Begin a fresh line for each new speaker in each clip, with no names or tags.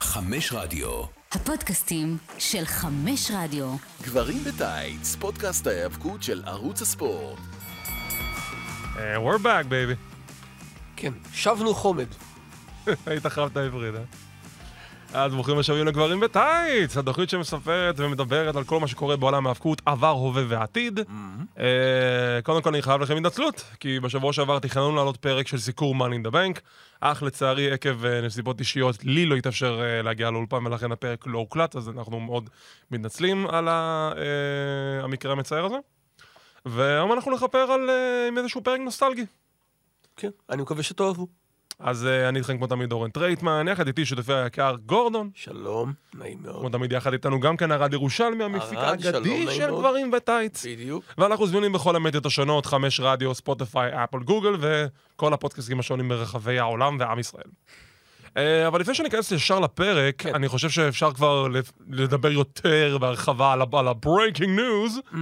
חמש רדיו.
הפודקאסטים של חמש רדיו.
גברים בטייץ, פודקאסט ההיאבקות של ערוץ הספורט.
אה, We're back, baby.
כן, שבנו חומד.
היית חרבת העברית, אה? אז ברוכים השבים לגברים בטייץ, התוכנית שמספרת ומדברת על כל מה שקורה בעולם ההאבקות, עבר, הווה ועתיד. אה, קודם כל אני חייב לכם התנצלות, כי בשבוע שעבר תכננו לעלות פרק של סיקור Money in the Bank, אך לצערי עקב אה, נסיבות אישיות לי לא התאפשר אה, להגיע לאולפן ולכן הפרק לא הוקלט, אז אנחנו מאוד מתנצלים על ה- אה, המקרה המצער הזה. והיום אנחנו נכפר על אה, עם איזשהו פרק נוסטלגי.
כן, אני מקווה שתאהבו.
אז אה, אני איתכם כמו תמיד אורן טרייטמן, יחד איתי שותפי היקר גורדון.
שלום, נעים מאוד.
כמו תמיד יחד איתנו גם כאן ערד ירושלמי, המפיק
ערד, שלום,
האגדי
נעים
של
מאוד.
גברים וטייץ.
בדיוק.
ואנחנו זמינים בכל המדיות השונות, חמש רדיו, ספוטיפיי, אפל, גוגל, וכל הפודקאסטים השונים ברחבי העולם ועם ישראל. אה, אבל לפני שניכנס ישר לפרק,
כן.
אני חושב שאפשר כבר לפ- לדבר יותר בהרחבה על ה- על ה-breaking news.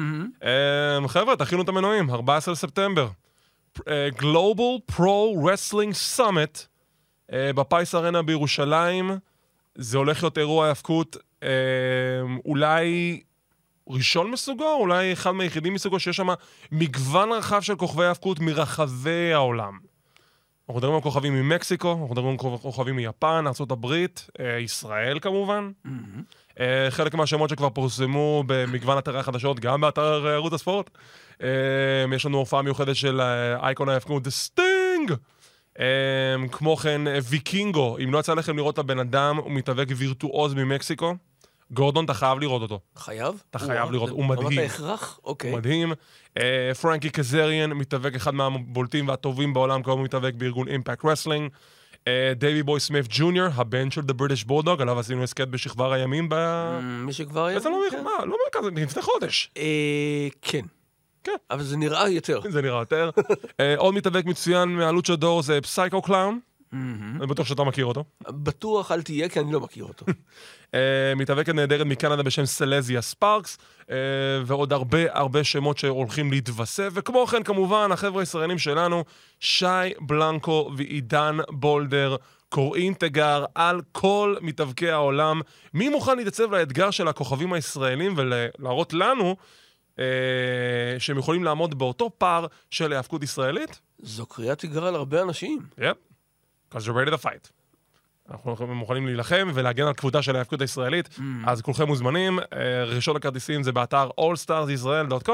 אה, חבר'ה, תכינו את המנועים, 14 לספטמבר. אה, Global Pro Wrestling Summit אה, בפיס ארנה בירושלים. זה הולך להיות אירוע האבקות אה, אולי ראשון מסוגו, אולי אחד מהיחידים מסוגו, שיש שם מגוון רחב של כוכבי האבקות מרחבי העולם. אנחנו מדברים על כוכבים ממקסיקו, אנחנו מדברים על כוכב- כוכבים מיפן, ארה"ב, אה, ישראל כמובן. אה, חלק מהשמות שכבר פורסמו במגוון אתרי החדשות, גם באתר אה, ערוץ הספורט. אה, יש לנו הופעה מיוחדת של אה, אייקון ההפקות, סטינג! אה, כמו כן, אה, ויקינגו, אם לא יצא לכם לראות את הבן אדם, הוא מתאבק וירטואוז ממקסיקו. גורדון, אתה חייב לראות אותו.
חייב?
אתה חייב
וואו,
לראות,
זה
הוא מדהים.
ברמת ההכרח? אוקיי.
הוא מדהים. אה, פרנקי קזריאן, מתאבק אחד מהבולטים והטובים בעולם, כיום הוא מתאבק בארגון אימפקט רסלינג. אה, דייווי בוי סמית ג'וניור, הבן של The British Bulldog, עליו עשינו הסכת בשכבר הימים ב...
מ, מי שכבר היה? כן.
איזה לא מ... מה, לא מרכז, לפני חודש.
אה, כן.
כן.
אבל זה נראה יותר.
זה נראה יותר. אה, עוד מתאבק מצוין מהלוצ'ה דור זה פסייקו קלאון, אני בטוח שאתה מכיר אותו.
בטוח אל תהיה, כי אני לא מכיר אותו.
אה, מתאבקת נהדרת מקנדה בשם סלזיה ספארקס, אה, ועוד הרבה הרבה שמות שהולכים להתווסף, וכמו כן כמובן החבר'ה הישראלים שלנו, שי בלנקו ועידן בולדר. קוראים תיגר על כל מתאבקי העולם. מי מוכן להתייצב לאתגר של הכוכבים הישראלים ולהראות לנו אה, שהם יכולים לעמוד באותו פער של היאבקות ישראלית?
זו קריאת תיגר על הרבה אנשים.
יפ. Because you're ready to fight. אנחנו מוכנים להילחם ולהגן על כבודה של ההאבקות הישראלית, אז כולכם מוזמנים. אה, ראשון הכרטיסים זה באתר allstarsisrael.com.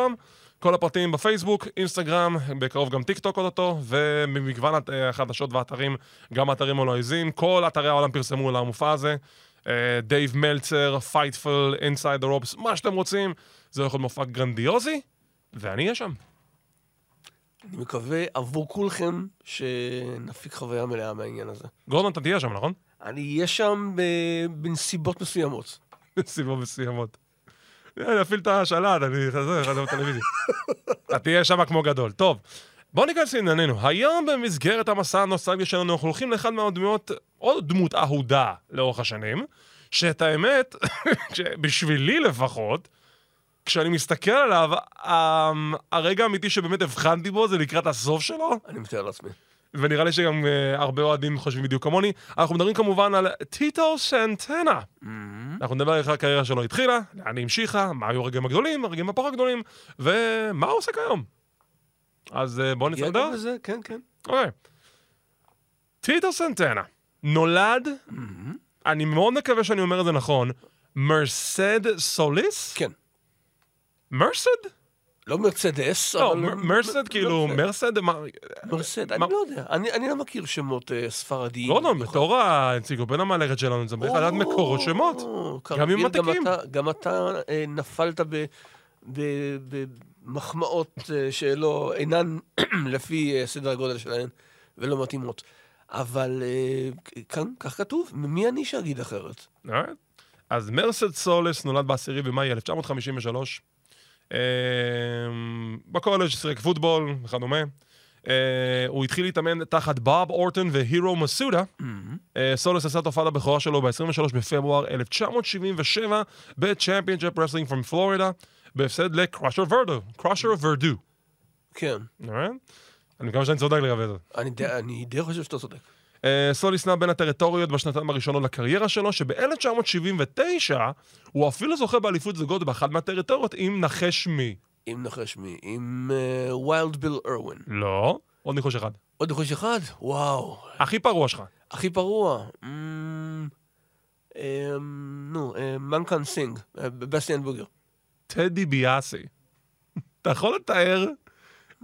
כל הפרטים בפייסבוק, אינסטגרם, בקרוב גם טיק טוק אוטוטו, ובמגוון הת- אה, החדשות והאתרים, גם האתרים הלועזים, כל אתרי העולם פרסמו על המופע הזה. אה, דייב מלצר, פייטפל, אינסייד הרופס, מה שאתם רוצים. זה הולך להיות מופע גרנדיוזי, ואני אהיה שם.
אני מקווה עבור כולכם שנפיק חוויה מלאה מהעניין הזה.
גורדון, אתה תהיה שם, נכון?
אני אהיה שם ב- בנסיבות מסוימות.
בסיבות מסוימות. אני אפעיל את השלט, אני חזר, חזר בטלוויזיה. אתה תהיה שם כמו גדול. טוב, בואו ניכנס לענייננו. היום במסגרת המסע הנוסטגי שלנו, אנחנו הולכים לאחד מהדמויות, עוד דמות אהודה לאורך השנים, שאת האמת, בשבילי לפחות, כשאני מסתכל עליו, ה- הרגע האמיתי שבאמת הבחנתי בו זה לקראת הסוף שלו,
אני מתאר לעצמי.
ונראה לי שגם אה, הרבה אוהדים חושבים בדיוק כמוני. אנחנו מדברים כמובן על טיטו סנטנה.
Mm-hmm.
אנחנו נדבר על איך הקריירה שלו התחילה, לאן היא המשיכה, מה היו הרגעים הגדולים, הרגעים הפחות גדולים, ומה הוא עושה כיום. אז אה, בואו
יהיה
נסדר.
גם בזה, כן, כן.
אוקיי. טיטו סנטנה נולד,
Mm-hmm.
אני מאוד מקווה שאני אומר את זה נכון, מרסד סוליס?
כן.
מרסד?
לא מרצדס,
לא,
אבל... לא-
מר- מרסד, כאילו,
מרסד.
מרסד, מה-
מרסד, אני
מה-
לא יודע. אני, אני לא מכיר שמות אה, ספרדיים.
גורדון,
במיוחד.
בתור האנציקלופדיה המהלכת שלנו, צריך
או,
לדעת מקורות שמות.
כרגיל,
עם מתיקים.
גם אתה, גם אתה אה, נפלת ב- ב- במחמאות אה, שלא אינן לפי אה, סדר הגודל שלהן ולא מתאימות. אבל אה, כ- כאן, כך כתוב, מי אני שאגיד אחרת?
Alright. אז מרסד סולס נולד ב-10 במאי 1953. אמ, בקולג' שיחק פוטבול וכדומה. אה, הוא התחיל להתאמן תחת בוב אורטון והירו מסודה. אה, סולס עשה תופעת הבכורה שלו ב-23 בפברואר 1977 ב-Championship Wrestling from פלורידה, בהפסד לקראשר ורדו. קראשר ורדו.
כן,
אני מקווה שאני צודק לגבי זה.
אני די- אני די חושב שאתה צודק.
אה, סוליס נע בין הטריטוריות בשנתיים הראשונות לקריירה שלו, שב-1979 הוא אפילו זוכה באליפות זוגות באחת מהטריטוריות עם נחש מי.
אם נחש מי, עם אה, ויילד ביל ארווין.
לא. עוד ניחוש אחד.
עוד נחוש אחד? וואו,
הכי פרוע שלך.
הכי פרוע. אמ, אמ, נו, מנקן סינג, אה, בסטיאן בוגר.
טדי ביאסי. אתה יכול לתאר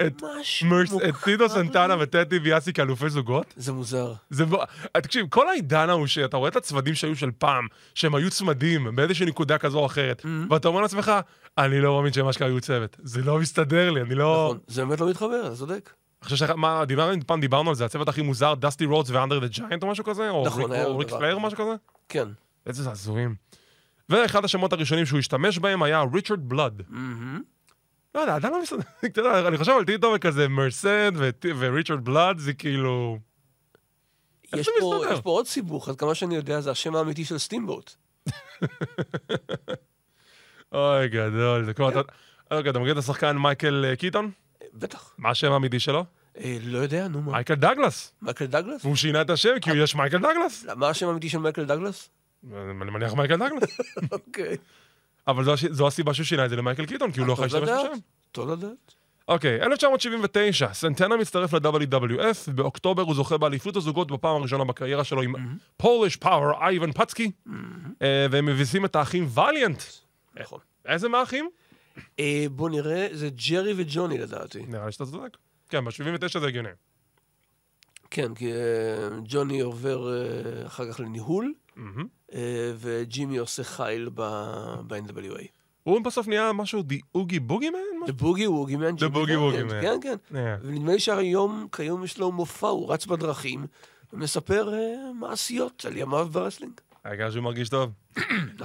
את
משהו
מרס-
מוכר
את טיטו
לי.
סנטנה וטדי ביאסי כאלופי זוגות?
זה מוזר.
זה, ב- אה, תקשיב, כל העידן ההוא שאתה רואה את הצמדים שהיו של פעם, שהם היו צמדים באיזושהי נקודה כזו או אחרת, ואתה אומר לעצמך, אני לא מאמין שהם אשכרה היו צוות. זה לא מסתדר לי, אני לא...
נכון, זה באמת לא מתחבר, אתה צודק.
אני חושב שמה, דיברנו, פעם דיברנו על זה, הצוות הכי מוזר, דסטי רודס ואנדר דה ג'יינט או משהו כזה? או
נכון,
ריק-
היה
או ריק
דבר
פלייר
כזה.
משהו כזה?
כן.
איזה זעזועים. ואחד השמות הראשונים שהוא השתמש בהם היה ריצ'רד בלוד.
מהמם.
לא יודע, עדיין לא מסתדר. אתה יודע, אני חושב על טיטו וכזה מרסד וט- וריצ'רד בלוד, זה כאילו... איך
יש
זה
פה-
מסתדר?
יש פה עוד סיבוך, עד כמה שאני יודע, זה השם האמיתי של סטימבוט.
אוי, גדול. זה כמו... אתה- אוקיי, אתה מכיר את השחקן מייקל אה, קיטון?
בטח.
מה השם האמיתי שלו?
אה, לא יודע, נו מה.
מייקל דגלס.
מייקל דגלס?
והוא שינה את השם כי הוא יש מייקל דגלס.
מה השם האמיתי של מייקל דגלס?
אני מניח מייקל דגלס.
אוקיי.
אבל זו הש- זו הסיבה שהוא שינה את זה למייקל קיטון, כי הוא לא יכול
טוב
להשתמש
לדעת,
בשם.
טוב לדעת.
אוקיי, 1979, סנטנה מצטרף ל-WWF, באוקטובר הוא זוכה באליפות הזוגות בפעם הראשונה בקריירה שלו עם פוליש פאוור אייבן פצקי, אה, והם מביסים את האחים ואליאנט.
נכון.
איזה מהאחים?
אה, בוא נראה, זה ג'רי וג'וני לדעתי.
נראה לי שאתה צודק. כן, ב-79 זה הגיוני.
כן, כי אה, ג'וני עובר אה, אחר כך לניהול,
מהמם.
אה, וג'ימי עושה חיל ב- ב-NWA.
הוא בסוף נהיה משהו די אוגי בוגי מן? אה,
The Boogie Woogie Man. ג'ימי
Boogie
ואליאנט.
Woogie Man.
כן, כן. ונדמה לי שהיום, כיום יש לו מופע, הוא רץ בדרכים, ומספר אה, מעשיות על ימיו ברסלינג.
העיקר שהוא מרגיש טוב.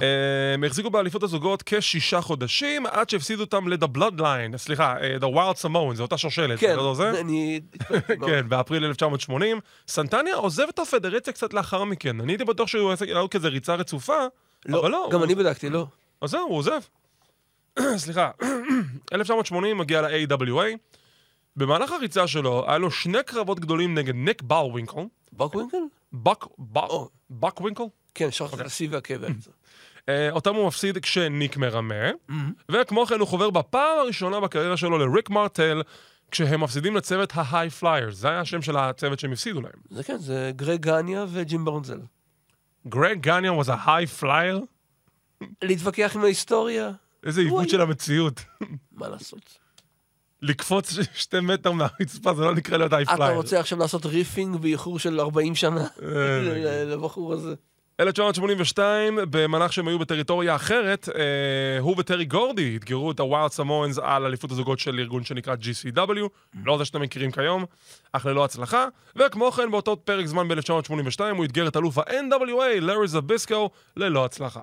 אה, הם החזיקו באליפות הזוגות כשישה חודשים, עד שהפסידו אותם ל-The Bloodline, סליחה, אה, The Wild Samoan, זו אותה שושלת.
כן,
אתה יודע זה?
אני... לא.
כן, באפריל 1980. סנטניה עוזב את הפדרציה קצת לאחר מכן. אני הייתי בטוח שהוא יעשה לו כזה ריצה רצופה, אבל לא.
גם
הוא-
אני בדקתי, לא.
אז זהו, הוא עוזב. סליחה. 1980 מגיע ל-AWA. במהלך הריצה שלו, היה לו שני קרבות גדולים נגד ניק באורווינקל.
ברקווינקל?
בק... בק...
או.
בק ווינקל?
כן,
אוקיי.
שכחתי את השיא והכאב באמצע.
אה, אותם הוא מפסיד כשניק מרמה,
Mm-hmm.
וכמו כן הוא חובר בפעם הראשונה בקריירה שלו לריק מרטל, כשהם מפסידים לצוות ההיי פליירס, זה היה השם של הצוות שהם הפסידו להם.
זה כן, זה גרי גניה וג'ים ברנזל.
גרג גניאן was a high flyer?
להתווכח עם ההיסטוריה,
איזה עיוות של המציאות.
מה לעשות?
לקפוץ ש- שתי מטר מהרצפה זה לא נקרא להיות היי
אתה
פלייר.
רוצה עכשיו לעשות ריפינג באיחור של 40 שנה
אה,
לבחור הזה?
1982, במהלך שהם היו בטריטוריה אחרת, אה, הוא וטרי גורדי אתגרו את הווילד סמואנס על אליפות הזוגות של ארגון שנקרא GCW, לא זה שאתם מכירים כיום, אך ללא הצלחה. וכמו כן, באותו פרק זמן ב-1982, הוא אתגר את אלוף ה-NWA, לארי זביסקו, ללא הצלחה.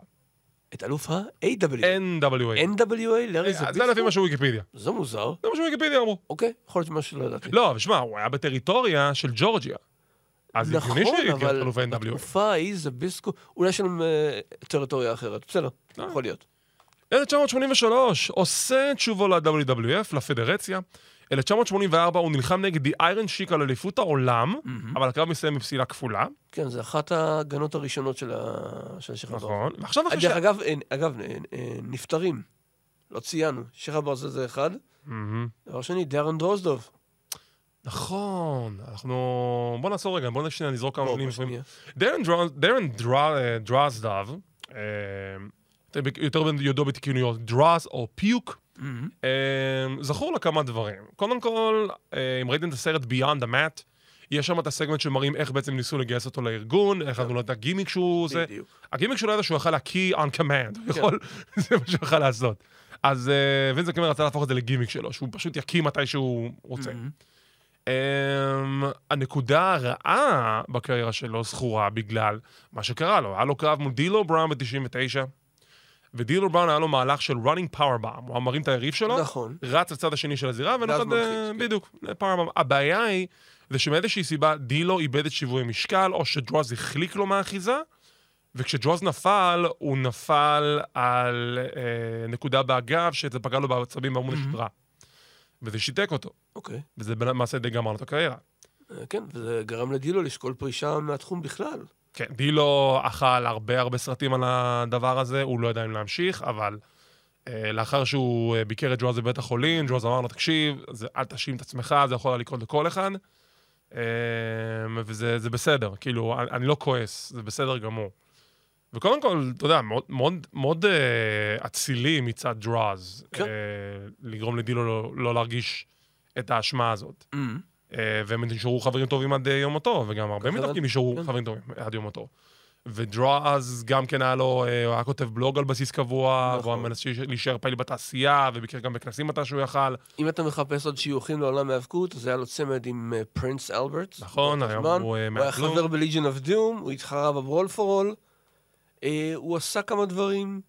את אלוף ה-AW.
NWA.
NWA, לארי
אה, זה לפי
זביסקו?
מה שוויקיפדיה.
זה מוזר.
זה מה שוויקיפדיה אמרו.
אוקיי, יכול להיות משהו שלא ידעתי.
לא, אבל שמע, הוא היה בטריטוריה של ג'ורג'יה. אז
נכון,
הגיוני שהוא יגיע
אבל
לאלוף ה-NWA.
בתקופה ההיא זביסקו, אולי יש לנו אה, טריטוריה אחרת. בסדר,
אה.
יכול להיות.
1983, עושה את שובו ל-WWF, לפדרציה. 1984 הוא נלחם נגד The Iron Sheik על אליפות העולם, אבל הקרב מסתיים בפסילה כפולה.
כן, זה אחת ההגנות הראשונות של ה- של השייח' הברזל.
נכון. ועכשיו אחרי ש...
דרך אגב, אין- אגב, אה, אה, נפטרים. לא ציינו. שייח' הברזל זה אחד.
מהמם.
דבר שני, דארן דרוזדוב.
נכון, אנחנו... בוא נעצור רגע, בוא נשניה נזרוק כמה
בוא,
מילים.
בשנייה.
דרן דרוז- דרן דרא- אה, דרזדב, אה, יותר בק- יותר ידוע בתכינויות דרז או פיוק, אה, זכור לה כמה דברים. קודם כל, אה, אם ראיתם את הסרט Beyond the Mat, יש שם את הסגמנט שמראים איך בעצם ניסו לגייס אותו לארגון, איך נולד את הגימיק שהוא זה.
בדיוק.
הגימיק שלו היה שהוא יכל ל-key on command, הוא יכול, זה מה שהוא יכל לעשות. אז אה, וינס מקמן רצה להפוך את זה לגימיק שלו, שהוא פשוט יקים מתי שהוא רוצה. אמ, הנקודה הרעה בקריירה שלו זכורה בגלל מה שקרה לו. היה לו קרב מול דילו בראון ב-99, ודילו בראון היה לו מהלך של running power bomb, הוא היה מרים את היריב שלו,
נכון.
רץ לצד השני של הזירה,
ואז
ונותן...
מלחיץ,
אה,
כן.
בדיוק, power bomb. הבעיה היא, זה שמאיזושהי סיבה דילו איבד את שיווי משקל, או שדרוז החליק לו מהאחיזה, וכשדרוז נפל, הוא נפל על אה, נקודה באגב, שזה פגע לו בעצבים בעמוד השדרה. וזה שיתק אותו.
אוקיי.
וזה למעשה די גמר לו את הקריירה.
אה, כן, וזה גרם לדילו לשקול פרישה מהתחום בכלל.
כן, דילו אכל הרבה הרבה סרטים על הדבר הזה, הוא לא ידע אם להמשיך, אבל אה, לאחר שהוא אה, ביקר את ג'ואז בבית החולים, ג'ואז אמר לו, תקשיב, זה, אל תאשים את עצמך, זה יכול היה לקרות לכל אחד, אה, וזה זה בסדר, כאילו, אני, אני לא כועס, זה בסדר גמור. וקודם כל, אתה יודע, מאוד, מאוד, מאוד אה, אצילי מצד ג'ואז,
כן.
אה, לגרום לדילו לא, לא להרגיש את האשמה הזאת. אה, והם נשארו חברים טובים עד אה, יום מותו, וגם הרבה
ככה
מתאבקים
הבנתי,
נשארו
כן.
חברים טובים עד יום מותו. ודרוע אז גם כן היה לו, אה, הוא היה כותב בלוג על בסיס קבוע,
נכון.
והוא היה מנסה להישאר פעיל בתעשייה, וביקר גם בכנסים מתי שהוא יכל.
אם אתה מחפש עוד שיוכים לעולם ההאבקות, אז היה לו צמד עם אה, פרינס אלברט.
נכון,
באותו
היום
זמן.
הוא, אה,
הוא היה
מהכלום.
חבר בליג'ן אוף דום, הוא התחרה בברול פור אול. אה, הוא עשה כמה דברים,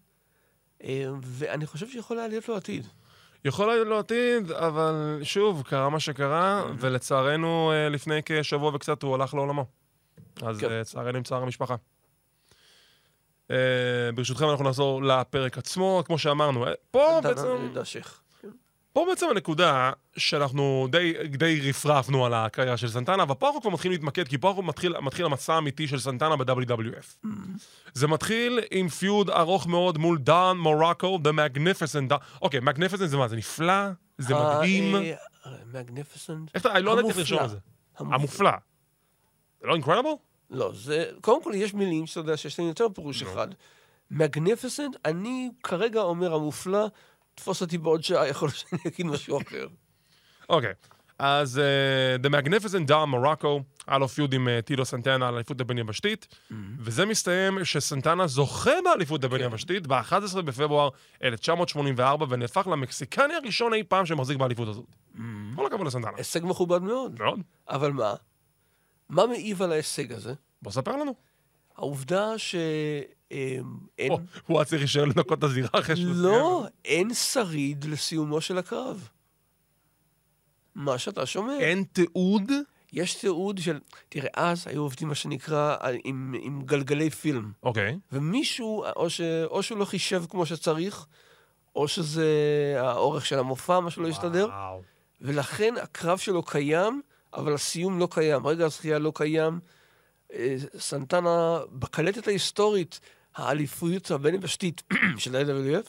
אה, ואני חושב שיכול היה להיות לו עתיד.
אה, יכול להיות לו עתיד, אבל שוב, קרה מה שקרה,
Mm-hmm.
ולצערנו, אה, לפני כשבוע וקצת הוא הלך לעולמו. אז
כן.
אה, לצערנו עם צער המשפחה. אה, ברשותכם, אנחנו נחזור לפרק עצמו, כמו שאמרנו. אה, פה בעצם...
דנה שייח.
פה בעצם הנקודה שאנחנו די, די רפרפנו על הקריירה של סנטנה, אבל פה אנחנו כבר מתחילים להתמקד, כי פה אנחנו מתחיל, מתחיל המסע האמיתי של סנטנה ב-WWF. זה מתחיל עם פיוד ארוך מאוד מול דן מורקו, The Magnificent Don. אוקיי, Magnificent זה מה? זה נפלא? זה
אה,
מדהים?
מגניפסנט.
איך אתה, אני לא יודע איך לרשום את זה. המופלא. זה לא אינקרדיבל?
לא, זה... קודם כל, יש מילים שאתה יודע שיש להם יותר פירוש
נכון.
אחד. מגניפסנט, אני כרגע אומר המופלא, תפוס אותי בעוד שעה, יכול להיות שאני אגיד משהו אחר.
אוקיי. אז אה, The Magnificent Don מרקו, היה לו פיוד עם אה, טידו סנטנה על האליפות הבין יבשתית,
Mm-hmm.
וזה מסתיים שסנטנה זוכה באליפות הבין
כן.
יבשתית ב-11 בפברואר 1984, ונהפך למקסיקני הראשון אי פעם שמחזיק באליפות הזאת.
Mm-hmm.
כל הכבוד לסנטנה.
הישג מכובד מאוד.
מאוד.
אבל מה? מה מעיב על ההישג הזה?
בוא ספר לנו.
העובדה ש... אמ, אין...
או, הוא היה צריך להישאר לנקות את הזירה אחרי שהוא
לא, אין שריד לסיומו של הקרב. מה שאתה שומע.
סיים. אין תיעוד?
יש תיעוד של... תראה, אז היו עובדים מה שנקרא על- עם, עם גלגלי פילם.
אוקיי.
ומישהו, או, ש, או שהוא לא חישב כמו שצריך, או שזה האורך של המופע, מה שלא הסתדר,
וואו.
ולכן הקרב שלו קיים, אבל הסיום לא קיים. רגע הזכייה לא קיים. אה, סנטנה, בקלטת ההיסטורית, האליפות הבין-יבשתית של ה-WF,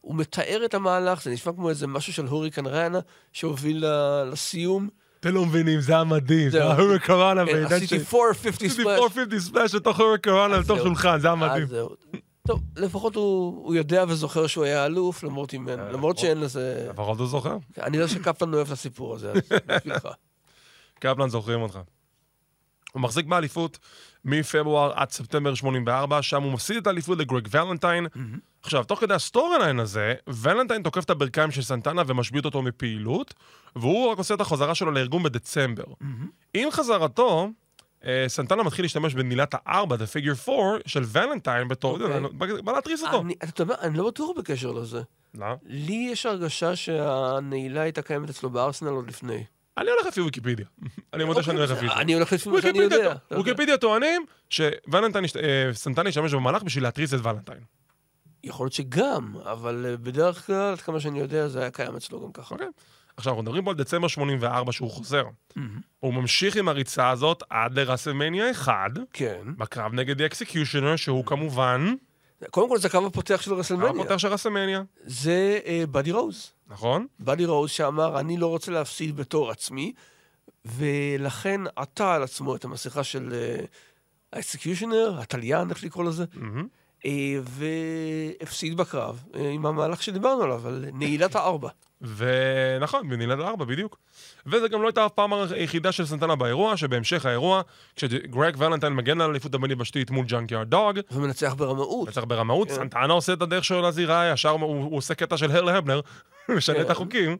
הוא מתאר את המהלך, זה נשמע כמו איזה משהו של הוריקן ריינה שהוביל ל- לסיום.
אתם לא מבינים, זה היה מדהים. זה
זהו.
היה הורקרנה
אה,
בעידן של...
עשיתי 450 ספלאש.
54 ספלאש לתוך הורקרנה, לתוך
זהו.
שולחן, זה היה
אה,
מדהים.
זהו. טוב, לפחות הוא, הוא יודע וזוכר שהוא היה אלוף, למרות, אם,
אה,
אין- למרות
נכון.
שאין לזה...
לפחות הוא זוכר.
אני יודע שקפלן אוהב את הסיפור הזה, אז בשבילך.
קפלן זוכרים אותך. הוא מחזיק באליפות מפברואר עד ספטמבר 84, שם הוא מפסיד את האליפות לגרג ולנטיין. עכשיו, תוך כדי הסטוריין הזה, ולנטיין תוקף את הברכיים של סנטנה ומשבית אותו מפעילות, והוא רק עושה את החזרה שלו לארגון בדצמבר. עם חזרתו, אה, סנטנה מתחיל להשתמש במילת הארבע, the figure four, של ולנטיין בתור,
אוקיי.
בא להתריס אותו.
אני- אתה יודע מה, אני לא בטוח בקשר לזה.
לא?
לי יש הרגשה שהנעילה הייתה קיימת אצלו בארסנל עוד לפני.
אני
אוקיי,
הולך לפי ויקיפדיה. אני מודה לא שאני הולך לפי זה.
אני הולך לפי מה כאילו, שאני
ויקיפדיה
יודע. אוקיי.
טוע- ויקיפדיה טוענים שוולנטיין, השת- אה, סנטנה השתמש במהלך בשביל להתריס את ולנטיין.
יכול להיות שגם, אבל אה, בדרך כלל, עד כמה שאני יודע, זה היה קיים אצלו גם ככה.
אוקיי. עכשיו, אנחנו מדברים פה על דצמבר 84 שהוא חוזר. הוא ממשיך עם הריצה הזאת עד לרסלמניה 1,
כן.
בקרב נגד אקסקיושנר, שהוא כמובן
קודם כל, זה הקו הפותח של רסלמניה.
הפותח של רסלמניה,
זה אה, באדי רוז.
נכון?
באדי רוז שאמר, אני לא רוצה להפסיד בתור עצמי, ולכן עטה על עצמו את המסכה של אה, האקסקיושנר, התליין, איך לקרוא לזה,
מהמם.
אה, והפסיד בקרב אה, עם המהלך שדיברנו עליו, על נעילת הארבע.
ונכון, בנילד ארבע בדיוק. וזו גם לא הייתה אף פעם היחידה של סנטנה באירוע, שבהמשך האירוע, כשגרג ולנטיין מגן על אליפות הבין-יבשתית מול ג'אנקי דוג,
ומנצח ברמאות.
יצר ברמאות,
כן.
סנטנה עושה את הדרך שלו לזירה, ישר הוא, הוא עושה קטע של הרל הבנר, משנה את
כן.
החוקים,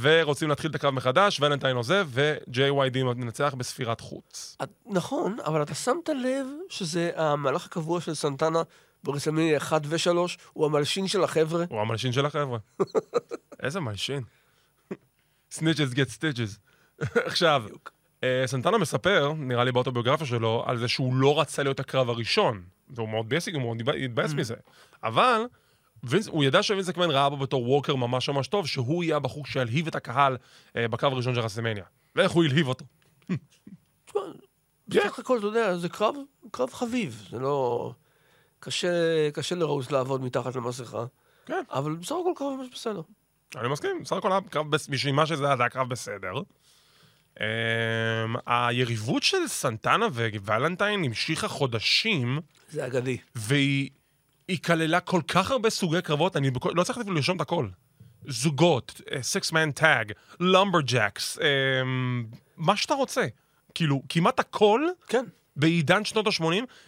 ורוצים להתחיל את הקרב מחדש, ולנטיין עוזב, ו-JYD מנצח בספירת חוץ.
את- נכון, אבל אתה שמת לב שזה המהלך הקבוע של סנטנה ברסלמניה 1 ו-3, הוא המלשין של החבר'ה.
הוא המלשין של החבר'ה. איזה מלשין. Snitches get stitches. עכשיו,
בדיוק.
אה, סנטנה מספר, נראה לי באוטוביוגרפיה שלו, על זה שהוא לא רצה להיות הקרב הראשון. והוא מאוד בייסיק, הוא מאוד
Mm.
התבאס מזה. אבל, וינס- הוא ידע שווינס אקמן ראה בו בתור ווקר ממש ממש טוב, שהוא יהיה הבחור שילהיב את הקהל אה, בקרב הראשון של רסמניה. ואיך הוא הלהיב אותו. כן.
תשמע, בסך הכל, אתה יודע, זה קרב, קרב חביב, זה לא... קשה, קשה לרוס לעבוד מתחת למסכה,
כן.
אבל בסך הכל קרב ממש בסדר.
אני מסכים, בסך הכל היה קרב, בס- בשביל מה שזה היה, זה היה קרב בסדר. אמ, היריבות של סנטנה וולנטיין המשיכה חודשים,
זה אגדי.
והיא היא כללה כל כך הרבה סוגי קרבות, אני בכל, לא צריך אפילו לרשום את הכל. זוגות, אה, סיקס מן טאג, למברג'קס, אמ, מה שאתה רוצה. כאילו, כמעט הכל
כן.
בעידן שנות ה-80,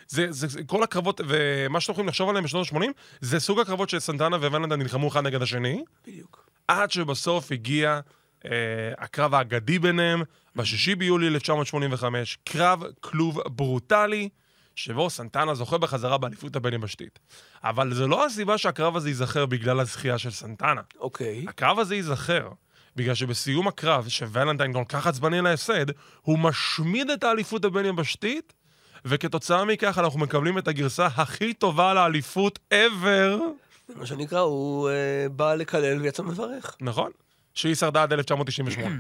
זה, זה, זה כל הקרבות, ומה שאתם יכולים לחשוב עליהם בשנות ה-80, זה סוג הקרבות שסנטנה וולנטיין נלחמו אחד נגד השני.
בדיוק.
עד שבסוף הגיע אה, הקרב האגדי ביניהם, בשישי ביולי 1985, קרב כלוב ברוטלי, שבו סנטנה זוכה בחזרה באליפות הבין יבשתית. אבל זה לא הסיבה שהקרב הזה ייזכר בגלל הזכייה של סנטנה.
אוקיי.
הקרב הזה ייזכר. בגלל שבסיום הקרב, שוולנטיין כל כך עצבני על ההפסד, הוא משמיד את האליפות הבין-יבשתית, וכתוצאה מכך אנחנו מקבלים את הגרסה הכי טובה לאליפות ever.
זה מה שנקרא, הוא אה, בא לקלל ויצא מברך.
נכון? שהיא שרדה עד 1998.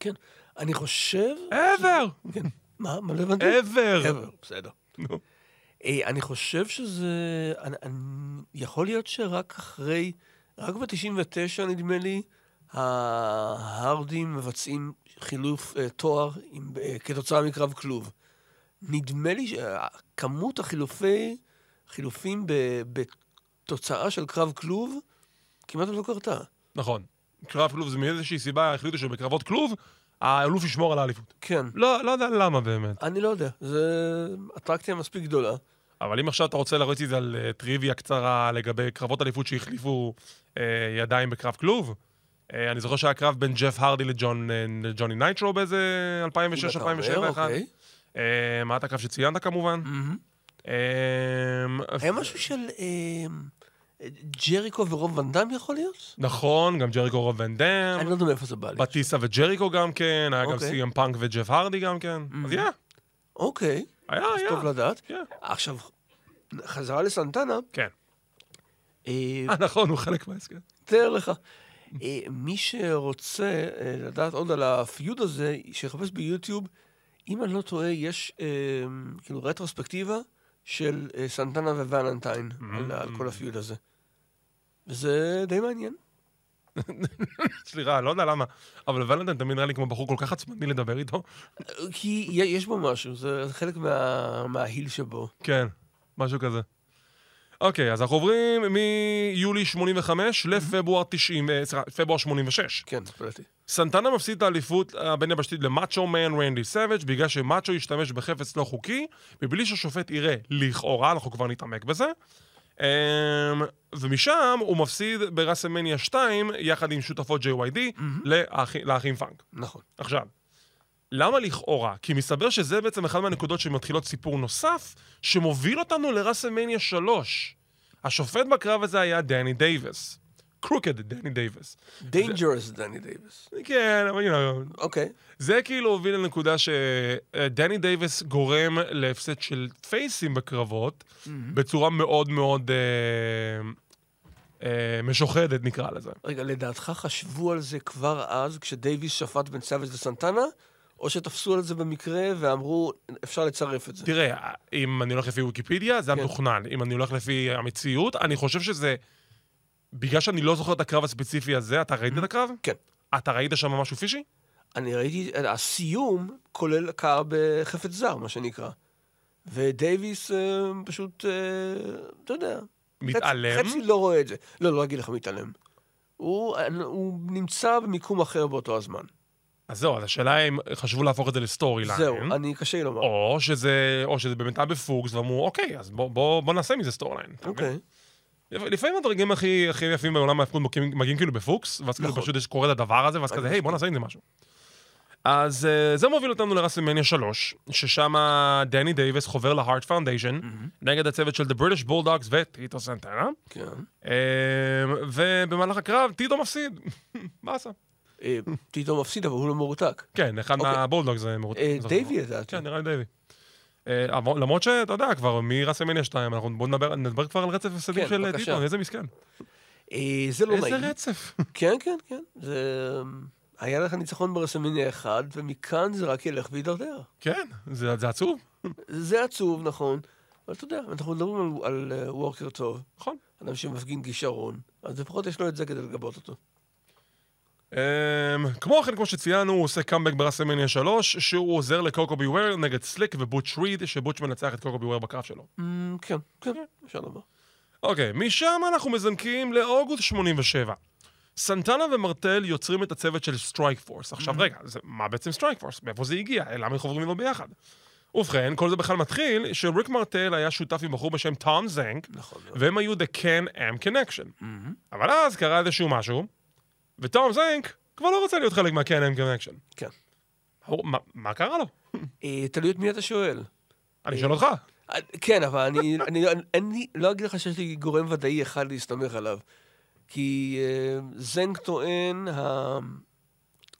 כן. אני חושב...
ever!
כן. מה? מה לא הבנתי?
ever!
עבר, בסדר.
נו.
אה, אני חושב שזה... אני, אני, יכול להיות שרק אחרי... רק ב-99, נדמה לי, ההרדים מבצעים חילוף אה, תואר עם, אה, כתוצאה מקרב כלוב. נדמה לי שכמות החילופי... חילופים ב, בתוצאה של קרב כלוב כמעט לא קרתה.
נכון. קרב כלוב זה מאיזושהי סיבה החליטו שבקרבות כלוב, האלוף ישמור על האליפות.
כן.
לא, לא יודע למה באמת.
אני לא יודע, זה אטרקציה מספיק גדולה.
אבל אם עכשיו אתה רוצה להריץ את זה על אה, טריוויה קצרה לגבי קרבות אליפות שהחליפו אה, ידיים בקרב כלוב, אה, אני זוכר שהיה קרב בין ג'ף הרדי לג'ון, אה, לג'וני נייטרו באיזה 2006-2007.
אתה אומר, אוקיי.
אה, מה את הקרב שציינת כמובן?
מהמם.
אה,
היה משהו של אמ, ג'ריקו ורוב ונדם יכול להיות?
נכון, גם ג'ריקו רוב ון דאם.
אני לא יודע מאיפה זה בא לי.
בטיסה וג'ריקו גם כן, היה גם
אוקיי.
סי.אם פאנק וג'ף הרדי גם כן. אז יא,
אוקיי,
היה,
אז
היה.
טוב לדעת.
כן.
עכשיו, חזרה לסנטנה,
כן.
אה,
אה, נכון, הוא חלק מההסכם.
תאר לך. אה, מי שרוצה אה, לדעת עוד על הפיוד הזה, שיחפש ביוטיוב, אם אני לא טועה, יש אמ, כאילו רטרוספקטיבה של אה, סנטנה וולנטיין
Mm-hmm.
על- על כל הפיוד הזה. וזה די מעניין.
סליחה, לא יודע למה. אבל ולנטיין תמיד נראה לי כמו בחור כל כך עצמני לדבר איתו.
כי י- יש בו משהו, זה זה חלק מה- מההיל שבו.
כן, משהו כזה. אוקיי, אז אנחנו עוברים מיולי 85 לפברואר 90, אה, סליחה, פברואר 86.
כן, התפלאתי.
סנטנה מפסיד את האליפות הבין יבשתית למאצ'ו מן רנדי סאביג' בגלל שמאצ'ו השתמש בחפץ לא חוקי, מבלי שהשופט יראה לכאורה, אנחנו כבר נתעמק בזה. אמ, ומשם הוא מפסיד בראסלמניה 2 יחד עם שותפו JYD לאח- לאחים פאנק.
נכון.
עכשיו, למה לכאורה? כי מסתבר שזה בעצם אחד מהנקודות שמתחילות סיפור נוסף, שמוביל אותנו לראסלמניה 3. השופט בקרב הזה היה דני דייוויס. קרוקד דני דייוויס.
Dangerous דני דייוויס.
כן, אבל you know,
אוקיי.
זה כאילו הוביל לנקודה שדני דייוויס גורם להפסד של פייסים בקרבות, בצורה מאוד מאוד אה, אה, משוחדת, נקרא לזה.
רגע, לדעתך חשבו על זה כבר אז, כשדייוויס שפט בין סאביג' לסנטנה, או שתפסו על זה במקרה ואמרו, אפשר לצרף את זה?
תראה, אם אני הולך לפי ויקיפדיה, זה
כן.
המתוכנן. אם אני הולך לפי המציאות, אני חושב שזה... בגלל שאני לא זוכר את הקרב הספציפי הזה, אתה ראית את הקרב?
כן.
אתה ראית שם משהו פישי?
אני ראיתי, הסיום כולל הכר בחפץ זר, מה שנקרא. ודייוויס אה, פשוט, אה, אתה יודע.
מתעלם?
חצי, חצי לא רואה את זה. לא, לא אגיד לך מתעלם. הוא, אה, הוא נמצא במיקום אחר באותו הזמן.
אז זהו, אז השאלה היא אם חשבו להפוך את זה לסטורי ליין.
זהו, אני קשה לי לומר.
או שזה, או שזה באמת היה בפוקס, ואמרו, אוקיי, אז בוא, בוא, בוא נעשה מזה סטורליין. אתה מבין?
אוקיי.
לפעמים הדרגים הכי, הכי יפים בעולם ההפקות מגיעים, מגיעים כאילו בפוקס, ואז כאילו
נכון.
פשוט יש קורה לדבר הזה, ואז כזה, היי, בוא נעשה עם זה משהו. אז אה, זה מוביל אותנו לרסלמניה 3, ששם דני דייוויס חובר להארט פאונדיישן, נגד הצוות של The British Bulldogs וטיטו סנטנה,
כן.
אה, ובמהלך הקרב טיטו מפסיד. מה עשה?
אה, טיטו מפסיד, אבל הוא לא מורתק.
כן, אחד
אוקיי.
מהבולדוגס זה מרות.
אה,
זה
דייווי,
חשוב.
לדעתי.
כן, נראה לי דייווי. אה, אבל- למרות שאתה יודע כבר, מרסלמניה 2, אנחנו בוא נדבר, נדבר כבר על רצף הפסדים
כן,
של אה,
בבקשה.
טיטו, איזה מסכן.
אה, זה לא נעים.
איזה רצף.
כן, כן, כן. זה... היה לך ניצחון ברסמיניה אחד, ומכאן זה רק ילך וידרדר.
כן, זה זה עצוב.
זה עצוב, נכון, אבל אתה יודע, אנחנו מדברים על, על אה, וורקר טוב,
נכון.
אדם שמפגין כישרון, אז לפחות יש לו את זה כדי לגבות אותו.
Um, כמו כן, כמו שציינו, הוא עושה קאמבק ברסלמניה 3, שהוא עוזר לקוקו ביוור נגד סליק ובוטש ריד, שבוטש מנצח את קוקו ביוור בקרב שלו.
אמ, כן, כן, אפשר לומר.
אוקיי, משם אנחנו מזנקים לאוגוסט 87. סנטנה ומרטל יוצרים את הצוות של סטרייק פורס. עכשיו רגע, זה, מה בעצם סטרייק פורס? מאיפה זה הגיע? למה הם חוברים לו ביחד? ובכן, כל זה בכלל מתחיל שריק מרטל היה שותף עם בחור בשם תום זנק,
נכון. מאוד.
והם היו The Can Am Connection. אבל אז קרה איזשהו משהו, וטום זנק כבר לא רוצה להיות חלק מה-Can Am Connection.
כן.
הוא- מה- מה קרה לו?
אה, תלוי את מי אתה שואל.
אני שואל אותך.
אה, כן, אבל אני, אני, אני, אני לא אגיד לך שיש לי גורם ודאי אחד להסתמך עליו. כי אה, זנק טוען, ה,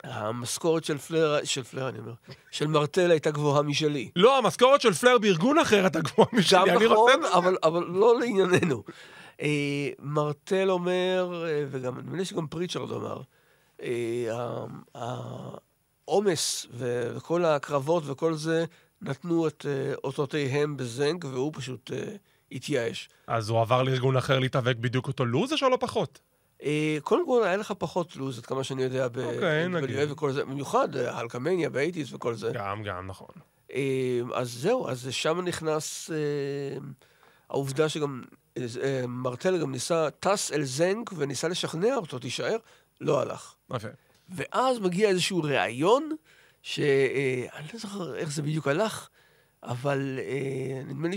המשכורת של פלר, של פלר אני אומר, של מרטל הייתה גבוהה משלי.
לא, המשכורת של פלר בארגון אחר אתה גבוהה
גם
משלי, אני רוצה...
נכון, אבל, אבל לא לענייננו. אה, מרטל אומר, אה, וגם, אני מבין שגם פריצ'רד אמר, אה, ה- העומס ו- וכל הקרבות וכל זה נתנו את אה, אותותיהם בזנק, והוא פשוט אה, התייאש.
אז הוא עבר לארגון אחר להתאבק בדיוק אותו לוז או שלא פחות?
אה, קודם כל, היה לך פחות לו"ז, עד כמה שאני יודע, ב-
אוקיי,
ב-
נגיד.
וכל זה, במיוחד אה, הלקמניה, באייטיז וכל זה.
גם, גם, נכון.
אה, אז זהו, אז שם נכנס אה, העובדה שגם אה, אה, מרטל גם ניסה, טס אל זנק וניסה לשכנע אותו, תישאר, לא הלך.
יפה.
ואז מגיע איזשהו ראיון, שאני אה, אני לא זוכר איך זה בדיוק הלך, אבל אה, נדמה לי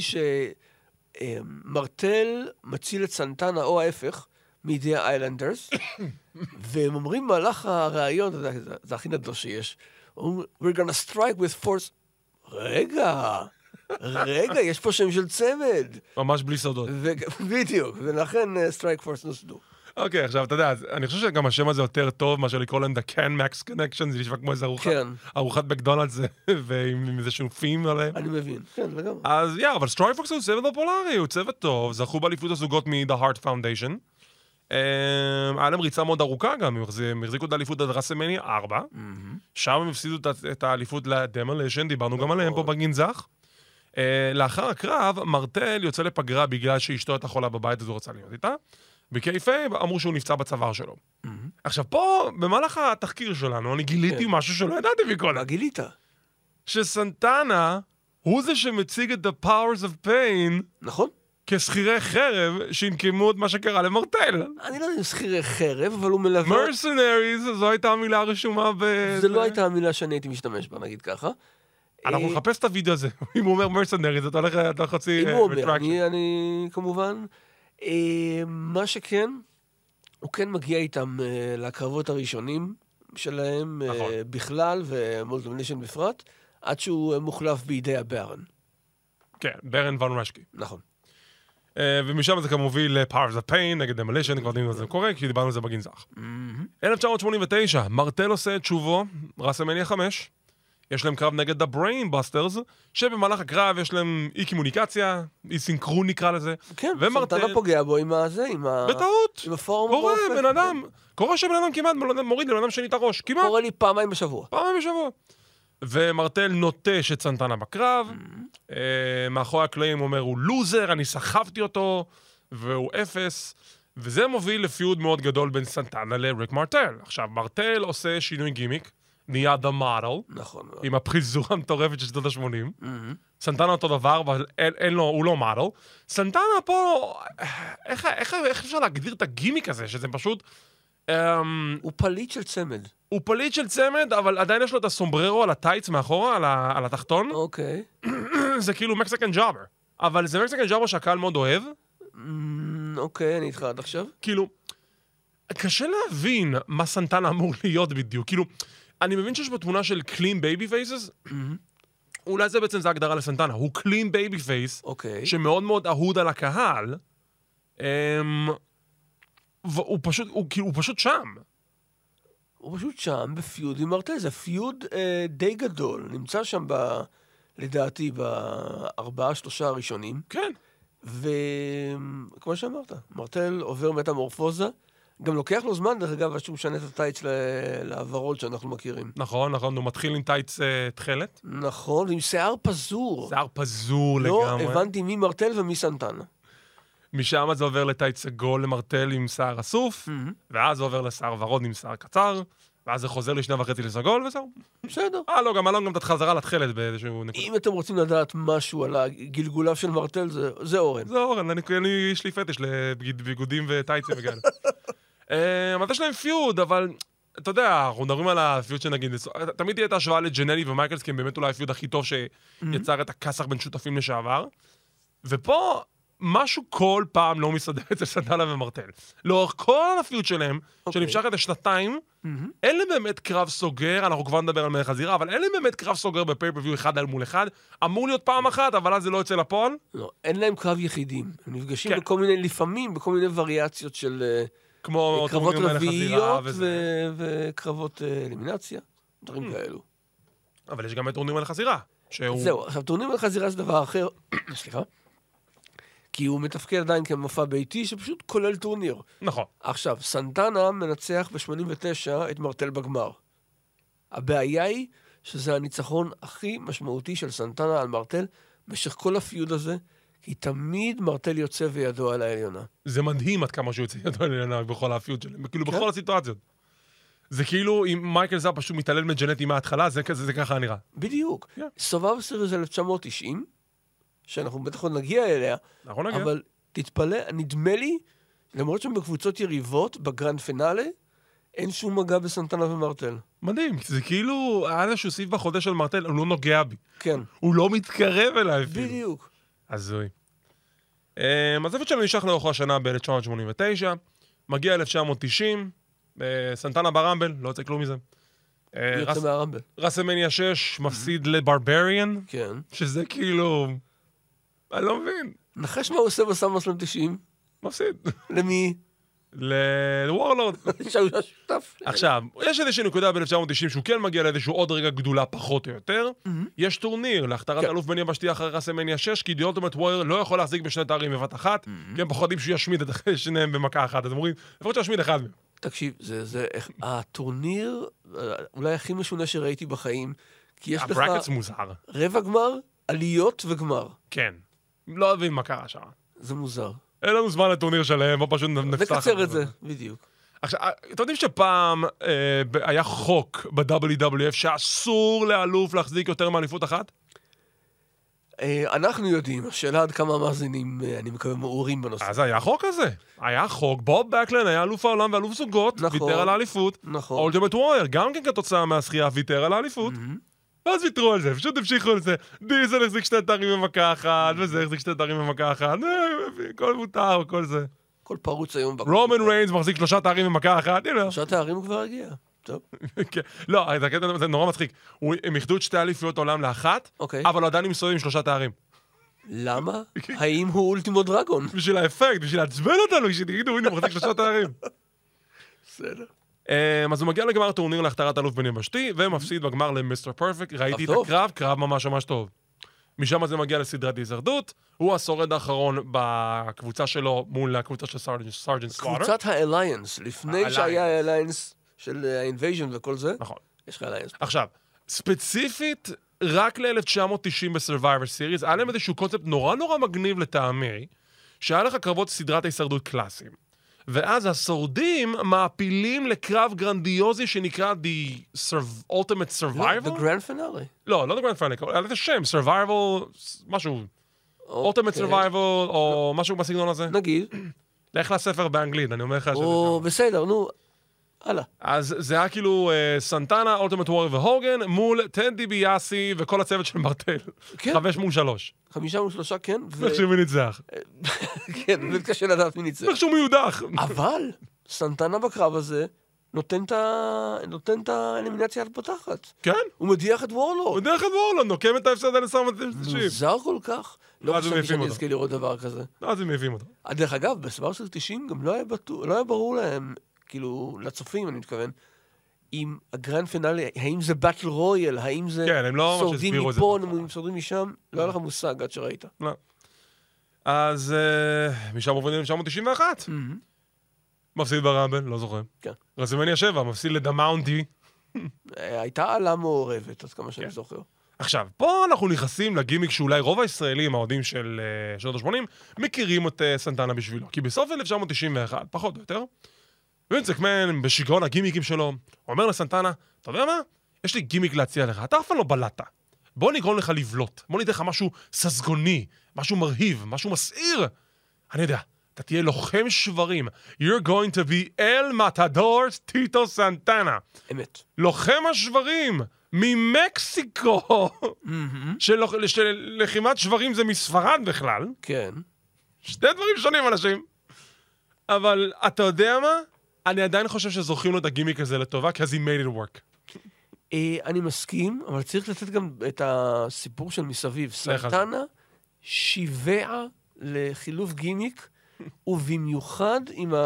שמרטל מציל את סנטנה, או ההפך, מידי האיילנדרס, והם אומרים במהלך הראיון, אתה יודע, זה, זה הכי נדל"ש שיש, אומרים, we're gonna strike with force... רגע, רגע, יש פה שם של צמד.
ממש בלי סודות.
ו... בדיוק, ולכן סטרייק פורס נוסדו.
אוקיי, עכשיו, אתה יודע, אז אני חושב שגם השם הזה יותר טוב מאשר לקרוא להם The Can Max Connection, זה נשמע כמו איזה ארוחת-
כן.
ארוחת מקדונלדס ועם עם איזה שופים עליהם.
אני מבין, כן, לגמרי.
אז יא, אבל סטרייפוקס הוא צוות פופולרי, הוא צוות טוב, זכו באליפות הזוגות מ-The Heart Foundation. אמ, היה להם ריצה מאוד ארוכה גם, הם החזי- הם החזיקו את האליפות עד רסמניה 4, שם הם הפסידו את ה- את האליפות לדמולשן, דיברנו גם עליהם פה בגנזך. אה, לאחר הקרב, מרטל יוצא לפגרה בגלל שאשתו הייתה חולה בבית אז הוא רצה להיות איתה. בקייפייב אמרו שהוא נפצע בצוואר שלו. עכשיו פה, במהלך התחקיר שלנו, אני גיליתי משהו שלא ידעתי מקודם.
מה גילית?
שסנטנה הוא זה שמציג את The Powers of Pain
נכון?
כשכירי חרב שינקמו את מה שקרה למרטל.
אני לא יודע אם שכירי חרב, אבל הוא מלווה...
מרסנריז, זו הייתה המילה הרשומה ב...
זה לא הייתה המילה שאני הייתי משתמש בה, נגיד ככה.
אנחנו
אה,
נחפש את הוידאו הזה. אם הוא אומר מרסנריז, אתה הולך אתה הולך להוציא...
אם
אה,
הוא אומר,
retraction.
אני, אני כמובן... אה, מה שכן, הוא כן מגיע איתם אה, לקרבות הראשונים שלהם אה,
נכון.
בכלל, ומולטומניישן בפרט, עד שהוא אה, מוחלף בידי הברן.
כן, ברן ון רשקי.
נכון.
אה, ומשם זה גם מוביל ל-Powers of Pain נגד Demolition, כבר יודעים על זה קורה, כי דיברנו על זה בגנזך. 1989, מרטל עושה את תשובו, ראסלמניה 5. יש להם קרב נגד The Brain Busters, שבמהלך הקרב יש להם אי קומוניקציה, אי סינכרון נקרא לזה.
כן,
ומרטל-
סרטנה פוגע בו עם הזה, עם ה...
בטעות!
עם הפורום
קורה,
הרופף.
בן אדם, קורה שבן אדם כמעט מוריד לבן אדם שני את הראש, כמעט.
קורה לי פעמיים בשבוע.
פעמיים בשבוע. ומרטל נוטש את סנטנה בקרב, אה, מאחורי הקלעים הוא אומר, הוא לוזר, אני סחבתי אותו, והוא אפס, וזה מוביל לפיוד מאוד גדול בין סנטנה לריק מרטל. עכשיו, מרטל עושה שינוי גימיק, נהיה דה מודל,
נכון. מאוד.
עם הפריזורה המטורפת של שנות ה-80. סנטנה אותו דבר, אבל אין, אין לו, הוא לא מודל. סנטנה פה, אה, איך, איך, איך אפשר להגדיר את הגימיק הזה, שזה פשוט... אמ,
הוא פליט של צמד.
הוא פליט של צמד, אבל עדיין יש לו את הסומבררו על הטייץ מאחורה, על, ה, על התחתון.
אוקיי.
זה כאילו מקסיקן ג'אבר. אבל זה מקסיקן ג'אבר שהקהל מאוד אוהב.
אמ, אוקיי, אני איתך עד עכשיו.
כאילו, קשה להבין מה סנטנה אמור להיות בדיוק. כאילו, אני מבין שיש בתמונה של קלים בייבי פייסס,
Mm-hmm.
אולי זה בעצם זה ההגדרה לסנטנה. הוא קלים בייבי פייס,
אוקיי.
שמאוד מאוד אהוד על הקהל. אמ... והוא פשוט, הוא כאילו, הוא פשוט שם.
הוא פשוט שם בפיוד עם מרטל, זה פיוד אה, די גדול, נמצא שם ב... לדעתי בארבעה, שלושה הראשונים,
כן.
וכמו שאמרת, מרטל עובר מטמורפוזה, גם לוקח לו זמן, דרך אגב, עד שהוא משנה את הטייץ ל- לוורוד שאנחנו מכירים.
נכון, נכון, הוא מתחיל עם טייץ אה, תכלת.
נכון, עם שיער פזור.
שיער פזור
לא
לגמרי.
הבנתי מי מרטל ומי סנטן.
משם זה עובר לטייץ סגול למרטל עם שיער אסוף, ואז זה עובר לשיער ורוד עם שיער קצר, ואז זה חוזר לשנייה וחצי לסגול, וזהו.
בסדר.
אה, לא, גם אלון גם את החזרה לתכלת באיזשהו נקודה.
אם אתם רוצים לדעת משהו על הגלגוליו של מרטל, זה- זה אורן.
זה אורן, אני, אני, יש לי פטיש לביגודים וטייצים וכאלה. אמ, אז יש להם פיוד, אבל אתה יודע, אנחנו מדברים על הפיוד שנגיד, תמיד תהיה את ההשוואה לג'נלי ומייקלס, כי הם באמת אולי הפיוד הכי טוב שיצר את הכסח בין שותפים לשעבר. ופה משהו כל פעם לא מסתדר אצל סנדלה ומרטל. לאורך כל הפיוד שלהם,
אוקיי.
שנמשך את השנתיים, אין להם באמת קרב סוגר, אנחנו כבר נדבר על מלך הזירה, אבל אין להם באמת קרב סוגר בפייפריוויו אחד על מול אחד. אמור להיות פעם אחת, אבל אז זה לא יוצא לפועל.
לא, אין להם קרב יחידים. הם נפגשים
כן.
בכל מיני, לפעמים, בכל מיני וריאציות של אה,
כמו
קרבות
טורניר מלך הזירה
רביעיות
וזה. Mm.
ו- וקרבות אה, אלימינציה, דברים כאלו.
אבל יש גם את טורניר מלך הזירה. שהוא...
זהו, עכשיו טורניר מלך הזירה זה דבר אחר, סליחה, כי הוא מתפקד עדיין כמופע ביתי שפשוט כולל טורניר.
נכון.
עכשיו, סנטנה מנצח ב-89 את מרטל בגמר. הבעיה היא שזה הניצחון הכי משמעותי של סנטנה על מרטל במשך כל הפיוד הזה, כי תמיד מרטל יוצא וידו על העליונה.
זה מדהים עד כמה שהוא יוצא ידו על עיניו בכל הפיוט שלהם, כאילו
כן.
בכל הסיטואציות. זה כאילו אם מייקל זאב פשוט מתעלל מג'נטי מההתחלה, זה כזה, זה ככה נראה.
בדיוק.
כן.
סובב סיריס 1990, שאנחנו בטח עוד נגיע אליה,
נכון, נגיד?
אבל תתפלא, נדמה לי, למרות שהם בקבוצות יריבות, בגרנד פינאלה, אין שום מגע בסנטנה ומרטל.
מדהים, זה כאילו, היה איזשהו סעיף בחוזה של מרטל, הוא לא נוגע בי.
כן,
הוא לא מתקרב אליי אפילו.
בדיוק.
הזוי. אמ, אז איפה שלנו נשלח לאורך השנה ב-1989, מגיע 1990, אה, סנטנה ברמבל, לא יוצא כלום מזה. אה,
יוצא
רס-
מהרמבל.
רסלמניה 6 מפסיד לברבריאן,
כן.
שזה כאילו... אני לא מבין,
נחש מה הוא עושה בסמאסלאם 90?
מפסיד.
למי?
לוורלורד.
שהוא היה שותף.
עכשיו, יש איזושהי נקודה ב-1990 שהוא כן מגיע לאיזשהו עוד רגע גדולה פחות או יותר. יש טורניר להכתרת
Mm-hmm. כן.
אלוף בין יבשתי אחרי רסמניה 6, כי The Ultimate Warrior לא יכול להחזיק בשני תארים בבת אחת,
Mm-hmm.
כי הם פוחדים שהוא ישמיד את שניהם במכה אחת. אז הם אומרים, לפחות שישמיד אחד מהם.
תקשיב, זה, זה, איך- הטורניר אה, אולי הכי משונה שראיתי בחיים, כי יש לך
הברקטס מוזר.
רבע גמר, עליות וגמר.
כן. לא יודעים מה קרה שם.
זה מוזר.
אין לנו זמן לטורניר שלהם, בוא פשוט נפתח.
נקצר את זה, בדיוק.
עכשיו, אה, אתם יודעים שפעם אה, ב- היה חוק ב-WWF שאסור לאלוף להחזיק יותר מאליפות אחת?
אה, אנחנו יודעים, השאלה עד כמה המאזינים, אה, אני מקווה, מעורים בנושא.
אז היה חוק כזה. היה חוק, בוב בקלן היה אלוף העולם ואלוף זוגות,
נכון.
ויתר על האליפות.
נכון.
אולטימט וורייר, גם כן כתוצאה מהזכייה, ויתר על האליפות. ואז ויתרו על זה, פשוט המשיכו על זה. דיזל החזיק שני תארים במכה אחת, וזה החזיק שני תארים במכה אחת, אה, הכל מותר, כל זה.
הכל פרוץ היום. בקבוצה.
רומן ריינס מחזיק שלושה תארים במכה אחת, הנה.
שלושת הערים כבר הגיע. טוב,
כן. לא, זה הקטע- זה נורא מצחיק. הוא- הם איחדו את שתי אליפויות העולם לאחת,
אוקיי.
אבל הוא עדיין מסתובב עם שלושה תארים.
למה? האם הוא אולטימו דרגון?
בשביל האפקט, בשביל לעצבן אותנו, שתגידו, הנה, הוא מחזיק שלושה תארים.
בסדר.
אמ, אז הוא מגיע לגמר טורניר להכתרת אלוף בן יבשתי, ומפסיד בגמר למיסטר פרפקט. ראיתי את
טוב.
הקרב, קרב ממש ממש טוב. משם זה מגיע לסדרת היזרדות, הוא השורד האחרון בקבוצה שלו מול הקבוצה של סארג'נט סלוטר.
קבוצת האליינס, לפני
האליינס.
שהיה האליינס של האינבייז'ן וכל זה,
נכון.
יש לך אליינס.
עכשיו, ספציפית, רק ל-1990 בסרווייבר סיריס, היה להם איזשהו קונספט נורא נורא מגניב לטעמי, שהיה לך קרבות סדרת ההישרדות קלאסיים. ואז השורדים מעפילים לקרב גרנדיוזי שנקרא The Sur- Ultimate
The
Survival?
Grand Finale.
לא, לא The Grand Finale, היה לזה שם, Survival, משהו, Ultimate
אוקיי.
Survival, או משהו בסגנון הזה.
נגיד.
לך לספר באנגלית, אני אומר לך שזה
או,
שם.
בסדר, נו, הלאה.
אז זה היה כאילו אה, סנטנה, אולטימט וורי והוגן, מול טנדי ביאסי וכל הצוות של מרטל.
כן.
חמש מול שלוש.
חמישה מול שלושה, כן, ו...
ואיך שהוא מי ניצח.
אה. כן, וקשה לדעת מי ניצח.
ואיך שהוא מיודח.
אבל סנטנה בקרב הזה נותן את ה- נותן את האלימינציה הפותחת.
כן,
הוא מדיח את
הוא
וורלורד.
דרך אגב וורלנד, נוקם את ההפסד על 1990.
מוזר כל כך. לא
ואז הם
חשבתי
מעיפים
שאני
אותו.
אזכה לראות דבר כזה.
לא, אז הם מביאים אותו.
אה, דרך אגב, בסבר של 90 גם לא היה, בטו... לא היה ברור להם, כאילו, לצופים, אני מתכוון, אם הגרנד פינאלי, האם זה באטל רויאל, האם זה
כן, הם לא ממש
שורדים
הסבירו את זה
מפה,
בהתחלה.
הם שורדים משם, לא היה לך מושג עד שראית.
לא. אז אה, משם עוברים ל-1991. מפסיד בראבל, לא זוכר.
כן.
רזמניה 7, מפסיד לדמאונטי.
אה, הייתה העלאה מעורבת, עד כמה
כן.
שאני זוכר.
עכשיו, פה אנחנו נכנסים לגימיק שאולי רוב הישראלים, האוהדים של אה, שנות ה-80, מכירים את אה, סנטנה בשבילו. כי בסוף 1991, פחות או יותר, וינס מקמן, בשיגעון הגימיקים שלו, אומר לסנטנה, אתה יודע מה? יש לי גימיק להציע לך, אתה אף פעם לא בלעת. בוא נגרום לך לבלוט, בוא ניתן לך משהו ססגוני, משהו מרהיב, משהו מסעיר. אני יודע, אתה תהיה לוחם שברים. You're going to be El Matador טיטו סנטנה.
אמת.
לוחם השברים ממקסיקו, של, של לחימת שברים זה מספרד בכלל,
כן.
שני דברים שונים אנשים. אבל אתה יודע מה? אני עדיין חושב שזוכרים לו את הגימיק הזה לטובה, כי אז he made it work.
אה, אני מסכים, אבל צריך לתת גם את הסיפור של מסביב.
לך על זה.
סרטנה שיווע לחילוף גימיק, ובמיוחד עם, ה...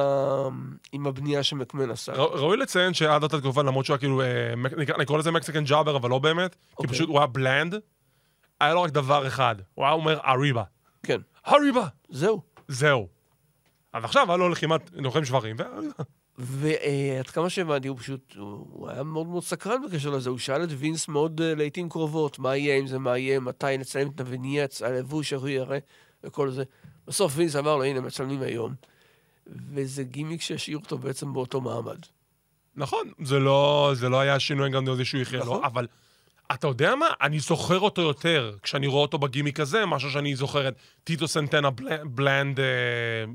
עם הבנייה שמקמן עשה.
ר- ראוי לציין שעד אותה תקופה, למרות שהוא היה כאילו, אה, מק- נקרא- אני קורא לזה מקסיקן ג'אבר, אבל לא באמת, כי
אוקיי.
פשוט הוא היה בלנד, היה לו רק דבר אחד, הוא היה אומר אריבה.
כן,
אריבה!
זהו.
זהו. אבל עכשיו היה לו לחימת לוחם שברים, ואריבה.
ועד כמה שהבנתי, הוא פשוט, הוא הוא היה מאוד מאוד סקרן בקשר לזה, הוא שאל את וינס מאוד אה, לעיתים קרובות, מה יהיה עם זה, מה יהיה, מתי נצלם את הוונייץ, הלבוש, איך הוא יראה, וכל זה. בסוף וינס אמר לו, הנה, מצלמים היום. וזה גימיק שהשאיר אותו בעצם באותו מעמד.
נכון, זה לא, זה לא היה שינוי גם זה שהוא יחיה לו,
נכון.
אבל אתה יודע מה? אני זוכר אותו יותר כשאני רואה אותו בגימיק הזה, משהו שאני זוכר את טיטו סנטנה בלנד, בלנד, אה,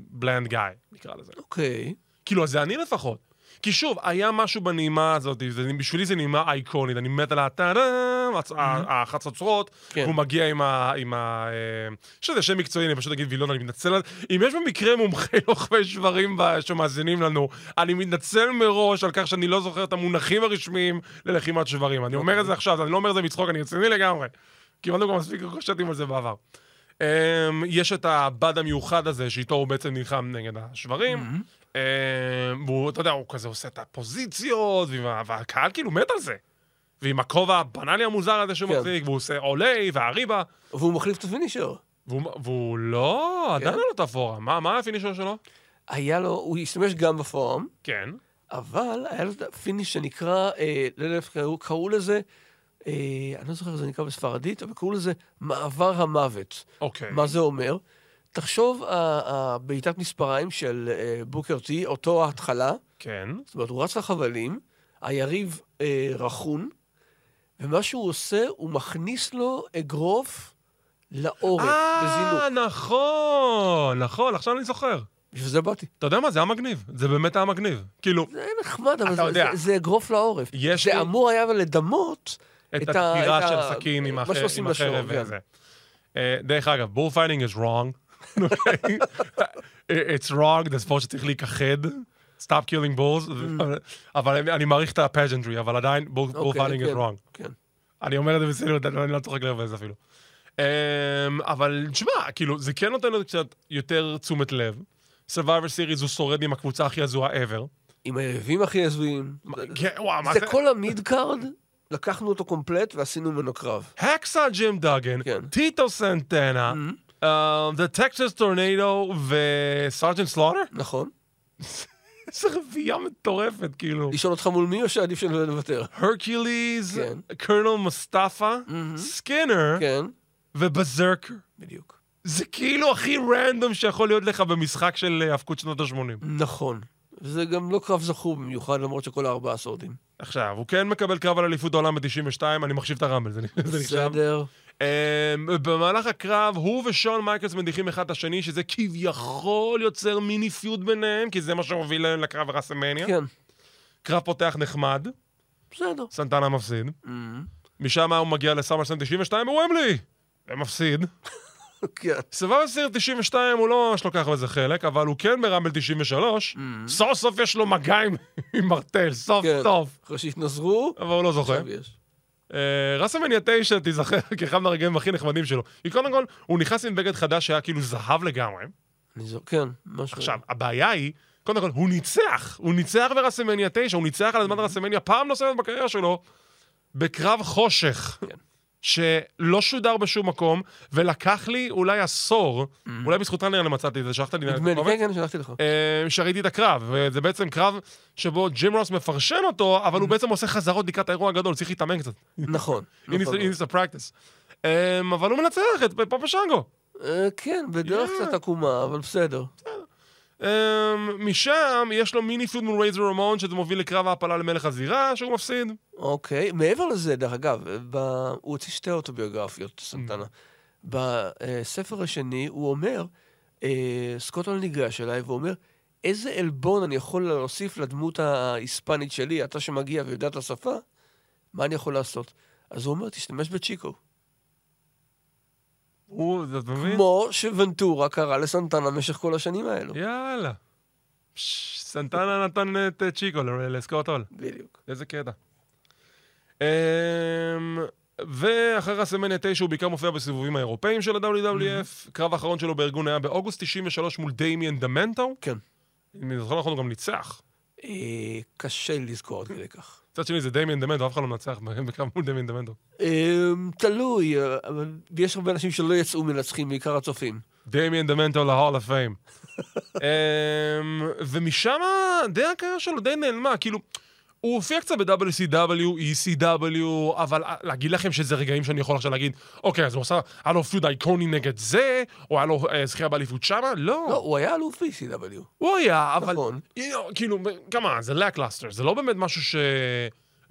בלנד גאי, נקרא לזה.
אוקיי.
כאילו, אז זה אני לפחות. כי שוב, היה משהו בנעימה הזאת, זה, בשבילי זה נעימה אייקונית, אני מת על הטאדם, החצוצרות,
כן.
והוא מגיע עם ה... עם ה אה, שזה שם מקצועי, אני פשוט אגיד וילון, אני מתנצל. על- אם יש במקרה מומחי לוחמי שברים ב- שמאזינים לנו, אני מתנצל מראש על כך שאני לא זוכר את המונחים הרשמיים ללחימת שברים. אני אומר את זה עכשיו, אני לא אומר את זה בצחוק, אני רציני לגמרי. קיבלנו גם מספיק ריקושטים על זה בעבר. אמ, יש את הבד המיוחד הזה, שאיתו הוא בעצם נלחם נגד השברים. אמ, והוא, אתה יודע, הוא כזה עושה את הפוזיציות, ועם ה- והקהל כאילו מת על זה. ועם הכובע הבנאלי המוזר הזה שהוא
כן.
מחזיק, והוא עושה עולי והריבה.
והוא מחליף את הפינישר.
והוא, והוא לא, עדיין
כן.
לא תפאורה. מה, מה הפינישר שלו?
היה לו, הוא השתמש גם בפורם,
כן.
אבל היה לו את הפיניש שנקרא, אה, לא יודע איך קראו, קראו לזה, אה, אני לא זוכר איך זה נקרא בספרדית, אבל קראו לזה מעבר המוות.
אוקיי.
מה זה אומר? תחשוב, ה- ה- בעיטת מספריים של אה, בוקר טי, אותו ההתחלה,
כן.
זאת אומרת, הוא רץ לחבלים, היריב אה, רכון, ומה שהוא עושה, הוא מכניס לו אגרוף לעורף, בזינוק.
אה, נכון, נכון, עכשיו אני זוכר.
בשביל זה באתי.
אתה יודע מה, זה היה מגניב. זה באמת היה מגניב. כאילו,
זה נחמד, אבל
אתה
זה,
יודע.
זה, זה אגרוף לעורף.
יש
זה
לי-
אמור היה אבל לדמות
את
את ה-
הדקירה
את
של
ה-
הסכין עם
מה
החרב
שעושים
עם החרב
לשור, כן.
וזה. אה, דרך אגב, bull fighting is wrong. אוקיי? It's wrong, זה ספורט שצריך להיכחד. Stop killing bulls. אבל- אבל אני- אני מעריך את הפג'נטרי, אבל עדיין bull bull
Mm. אוקיי,
fighting is
כן,
wrong.
כן.
אני אומר את זה בציניות, אני לא צוחק לבז אפילו. אמ, אבל תשמע, כאילו, זה כן נותן לו קצת יותר תשומת לב. Survivor Series הוא שורד עם הקבוצה הכי הזועה ever.
עם היריבים הכי הזויים. זה-
כן, וואו, מה
זה
זה?
כל המיד קארד, לקחנו אותו קומפלט ועשינו ממנו קרב.
הקסה ג'ים דאגן,
כן. Mm-hmm.
טיטו סנטנה, um, The Texas Tornado וסרג'נט סלוטר?
נכון?
איזה רביעייה מטורפת, כאילו.
לשאול אותך מול מי או שעדיף שלא נוותר?
אה? הרקיליז,
כן.
קרנל מוסטפה, סקינר
כן,
ובזרקר.
בדיוק.
זה כאילו הכי רנדום שיכול להיות לך במשחק של אה, האבקות שנות ה-80.
נכון. זה גם לא קרב זכור במיוחד, למרות שכל הארבעה שורדים.
עכשיו, הוא כן מקבל קרב על אליפות העולם ב-92, אני מחשיב את הרמבל, זה זה נחשב.
בסדר.
אמ, במהלך הקרב, הוא ושון מייקלס מדיחים אחד את השני, שזה כביכול יוצר מיני פיוד ביניהם, כי זה מה שהוביל להם לקרב רסמניה.
כן,
קרב פותח נחמד,
בסדר.
סנטנה מפסיד.
אמ,
משם הוא מגיע לסמרסן 92 בוומלי, ומפסיד.
כן.
סבבה סיר 92 הוא לא ממש לוקח בזה חלק, אבל הוא כן ברמבל 93. סוף סוף יש לו מגע עם- עם מרטל, סוף
Mm-hmm. כן.
סוף.
אחרי שהתנזרו,
אבל הוא לא זוכר.
עכשיו יש.
אה, ראסלמניה 9 תיזכר כאחד מהרגעים הכי נחמדים שלו. כי קודם כל, הוא נכנס עם בגד חדש שהיה כאילו זהב לגמרי.
אני זוכר, כן, משהו.
עכשיו, הבעיה היא, קודם כל, הוא ניצח. הוא ניצח ברסמניה 9, הוא ניצח על אדמת רסמניה פעם נוספת בקריירה שלו, בקרב חושך.
כן.
שלא שודר בשום מקום, ולקח לי אולי עשור, אולי בזכות טרנר מצאתי את זה, שלחת לי את
Mm. נדמה לי,
הקובץ.
כן, כן, שלחתי לך.
אה, שראיתי את הקרב, וזה בעצם קרב שבו ג'ים רוס מפרשן אותו, אבל הוא בעצם עושה חזרות לקראת האירוע הגדול, צריך להתאמן קצת.
Mm-hmm. נכון.
In his-
נכון.
in his practice. אמ, אבל הוא מנצח את פאפה שנגו.
אה, כן, בדרך
Yeah.
קצת עקומה, אבל בסדר.
אמ, משם יש לו מיני פיוד מול רייזר רמון, שזה מוביל לקרב ההעפלה למלך הזירה, שהוא מפסיד.
אוקיי, מעבר לזה, דרך אגב, ב... הוא הוציא שתי אוטוביוגרפיות, סנטנה. בספר השני הוא אומר, אה, סקוטלנד ניגש אליי ואומר, איזה עלבון אני יכול להוסיף לדמות ההיספנית שלי, אתה שמגיע ויודע את השפה, מה אני יכול לעשות? אז הוא אומר, תשתמש בצ'יקו.
הוא, זה- אתה מבין?
כמו שוונטורה קרא לסנטנה במשך כל השנים האלו.
יאללה. פש, סנטנה נתן את אה, צ'יקו ל- לסקוט הול.
בדיוק.
איזה קטע. אמ, ואחרי הסמניה 9 הוא בעיקר מופיע בסיבובים האירופאים של ה-WWF. קרב האחרון שלו בארגון היה באוגוסט 93 מול דמיאן דמנטו.
כן.
אם אני זוכר נכון, הוא גם ניצח.
אה, קשה לי לזכור עד כדי כך.
מצד שני זה דמיאן דמנטו, אף אחד לא מנצח בקרב מול דמיאן דמנטו.
אה, תלוי, אה, אבל יש הרבה אנשים שלא יצאו מנצחים, בעיקר הצופים.
דמיאן דמנטו להול אוף פיים. אמ, ומשם די הקריירה שלו די נעלמה, כאילו, הוא הופיע קצת ב-WCW, ECW, E אבל אה, להגיד לכם שזה רגעים שאני יכול עכשיו להגיד, אוקיי, אז הוא עשה, היה לו פיוד אייקוני נגד זה, או היה לו אה, זכייה באליפות שמה?
לא,
לא.
הוא היה אלוף ב-CW.
הוא היה, אבל...
נכון.
You know, כאילו, כמה, זה לקלאסטר, זה לא באמת משהו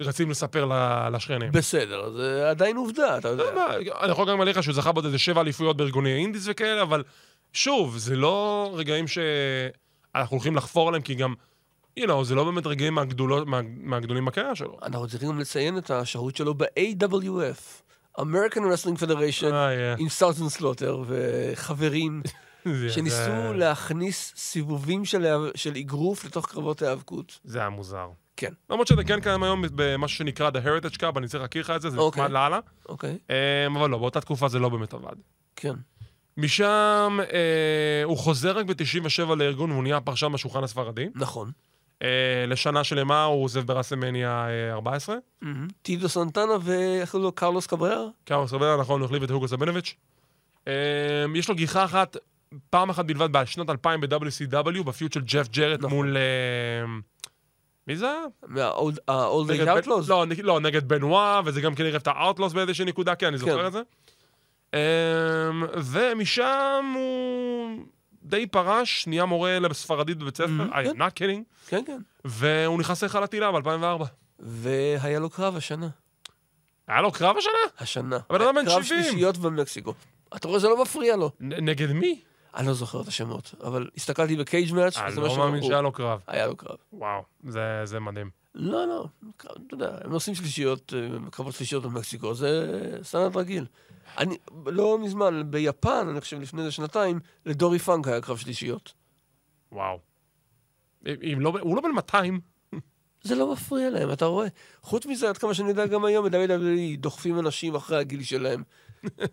שרצים לספר ל- לשכנים.
בסדר, זה עדיין עובדה, אתה יודע.
לא, מה, אני יכול גם להגיד לך שהוא זכה בעוד איזה שבע אליפויות בארגוני אינדיס וכאלה, אבל שוב, זה לא רגעים שאנחנו הולכים לחפור עליהם, כי גם, you know, זה לא באמת רגעים מהגדולות, מה, מהגדולים בקריירה שלו.
אנחנו צריכים גם לציין את השהות שלו ב-AWF, American Wrestling Federation,
אה, אה,
עם סארטון סלוטר וחברים
זה-
שניסו
זה-
להכניס סיבובים של ה- של אגרוף לתוך קרבות ההיאבקות.
זה היה מוזר.
כן,
למרות שזה כן קיים היום במשהו שנקרא The Heritage Cup, אני צריך להכיר לך את זה, זה
אוקיי.
נחמד לאללה.
אוקיי,
אה, אבל לא, באותה תקופה זה לא באמת עבד.
כן.
משם אה, הוא חוזר רק ב-97 לארגון והוא נהיה פרשן בשולחן הספרדי.
נכון.
אה, לשנה שלמה הוא עוזב ברסלמניה אה, 14.
טידו סנטנה ואיך קוראים לו? קרלוס קבררה?
קרלוס רבנה, נכון, הוא החליף את הוגו סבנוביץ'. אמ, יש לו גיחה אחת, פעם אחת בלבד, בשנת 2000 ב-WCW, בפיוט של ג'ף ג'רט
נכון.
מול... אמ, מי זה היה?
מה-old
נגד
age
בן-
outlaws?
לא, נג- לא, נגד בנואה, וזה גם כן ערב את הארטלוס באיזושהי נקודה, כן, אני
כן.
זוכר את זה. אמ, ומשם הוא די פרש, נהיה מורה לספרדית בבית ספר,
Mhm,
I'm
כן.
not kidding,
כן, כן.
והוא נכנס להיכל התהילה ב-2004.
והיה לו קרב השנה.
היה לו קרב השנה?
השנה.
הבן אדם בן
קרב
70.
שלישיות במקסיקו. אתה רואה, זה לא מפריע לו.
נ- נגד מי?
אני לא זוכר את השמות, אבל הסתכלתי בקייג' מאץ',
אני
וזה מה
לא
שהם
מאמין
אמרו.
שהיה לו קרב.
היה לו קרב.
וואו, זה- זה מדהים.
לא, לא, קרב, אתה יודע, הם עושים שלישיות, אה, קרבות שלישיות במקסיקו, זה סנד רגיל. אני, לא מזמן, ביפן, אני חושב לפני איזה שנתיים, לדורי פאנק היה קרב שלישיות.
וואו. אם- אם לא, הוא לא בן 200.
זה לא מפריע להם, אתה רואה? חוץ מזה, עד כמה שאני יודע, גם היום בדוד אבלי דוחפים אנשים אחרי הגיל שלהם.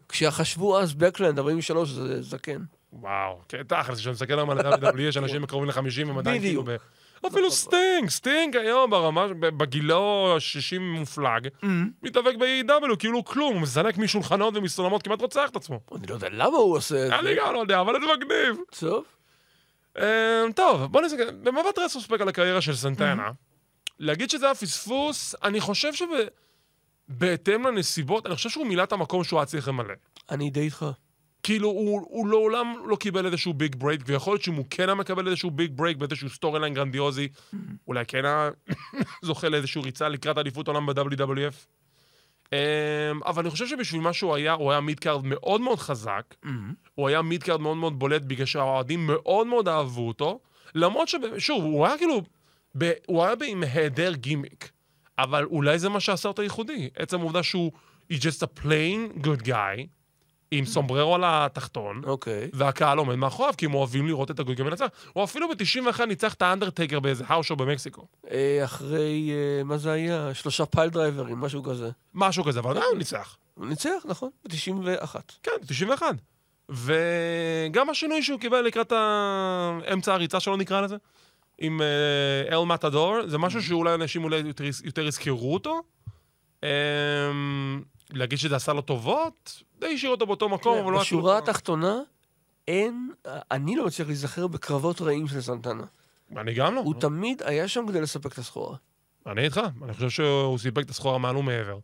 כשחשבו אז, בקלנד, 43, זה זקן.
וואו, כן, תכלס, כשאני מסתכל היום על ה-WWE, יש אנשים קרובים ל-50 ו-200 כאילו.
בדיוק.
ב- אפילו סטינג, סטינג היום ברמה, ש- ב- בגילו ה-60 מופלג, מתאבק ב-AW, כאילו הוא כלום, הוא מזנק משולחנות ומסולמות, כמעט רוצח את עצמו.
אני לא יודע למה הוא עושה את
אני
זה.
גם לא יודע, אבל זה מגניב.
טוב.
אמ, טוב, בוא נסתכל, במבט רסוספק על הקריירה של סנטנה, להגיד שזה היה פספוס, אני חושב שבהתאם לנסיבות, אני חושב שהוא מילא את המקום שהוא היה צריך למלא.
אני די איתך.
כאילו, הוא, הוא לעולם לא קיבל איזשהו ביג ברייק, ויכול להיות שאם הוא כן היה מקבל איזשהו ביג ברייק באיזשהו סטורי ליין גרנדיוזי, אולי כן היה זוכה לאיזשהו ריצה לקראת אליפות עולם ב-WWF. אמ, אבל אני חושב שבשביל מה שהוא היה, הוא היה מידקארד מאוד מאוד חזק, הוא היה מידקארד מאוד מאוד בולט, בגלל שהאוהדים מאוד מאוד אהבו אותו, למרות ששוב, הוא היה כאילו, ב, הוא היה ב- עם היעדר גימיק, אבל אולי זה מה שעשה אותו ייחודי. עצם העובדה שהוא, he's just a plain good guy, עם סומבררו על התחתון,
אוקיי.
והקהל עומד מאחוריו, כי הם אוהבים לראות את הגולגל מנצח. הוא אפילו ב-91 ניצח את האנדרטייקר באיזה האושו במקסיקו.
אה, אחרי, אה, מה זה היה? שלושה פייל דרייברים, משהו כזה.
משהו כזה, אבל עדיין הוא ניצח.
הוא ניצח, נכון? ב-91.
כן, 91. וגם השינוי שהוא קיבל לקראת ה- אמצע הריצה שלו, נקרא לזה, עם אה, אל מתדור, זה משהו שאולי אנשים אולי יותר, יותר יזכרו אותו. אמ, להגיד שזה עשה לו טובות? די השאיר אותו באותו מקום, אבל לא... עשו
כן, בשורה
אותו-
התחתונה, אין, אני לא מצליח להיזכר בקרבות רעים של סנטנה.
אני גם לא.
הוא תמיד היה שם כדי לספק את הסחורה.
אני איתך, אני חושב שהוא סיפק את הסחורה מעל ומעבר.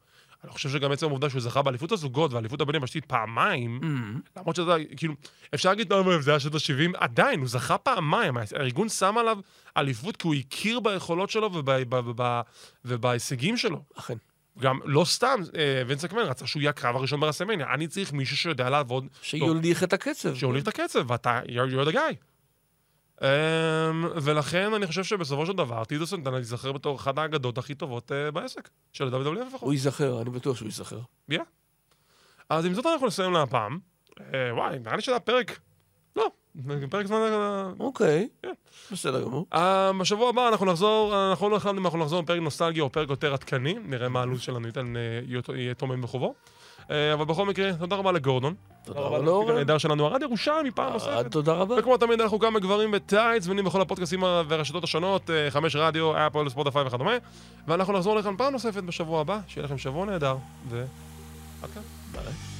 אני חושב שגם עצם העובדה שהוא זכה באליפות הזוגות ואליפות הבנים השתית פעמיים, למרות שזה, כאילו, אפשר להגיד, לא, אבל זה היה שנות ה-70, עדיין, הוא זכה פעמיים, הארגון שם עליו אליפות כי הוא הכיר ביכולות שלו וב- ב- ב- ב- ובהישגים שלו.
אכן.
גם לא סתם, אה, ונס אקמן רצה שהוא יהיה הקרב הראשון ברסמניה, אני צריך מישהו שיודע לעבוד,
שיוליך את הקצב.
שיוליך את הקצב, ואתה, you're you're the guy. Um, ולכן אני חושב שבסופו של דבר, טיטו סנטנה ייזכר בתור אחת האגדות הכי טובות uh, בעסק, של ה-WW לפחות.
הוא ייזכר, אני בטוח שהוא ייזכר.
Yeah. אז עם זאת אנחנו נסיים להפעם. Uh, וואי, נראה לי שזה הפרק. לא, פרק זמן... אה,
אוקיי,
כן.
בסדר גמור.
אה, בשבוע הבא אנחנו נחזור, אנחנו לא החלטנו אם אנחנו נחזור עם פרק נוסטלגי או פרק יותר עדכני, נראה מה הלו"ז שלנו ייתן, אה, יהיה- יהיה תומם בחובו. אה, אבל בכל מקרה, תודה רבה לגורדון.
תודה רבה
לפיק
לאורן.
הנהדר שלנו, ערד ירושלמי פעם נוספת.
אה, תודה רבה.
וכמו תמיד אנחנו גם בגברים וטייץ, זמינים בכל הפודקאסים והרשתות השונות, אה, חמש רדיו, אפל, ספורטפיי וכדומה. ואנחנו נחזור לכאן פעם נוספת בשבוע הבא, שיהיה לכם שבוע נהדר, ו... עד כאן. ביי.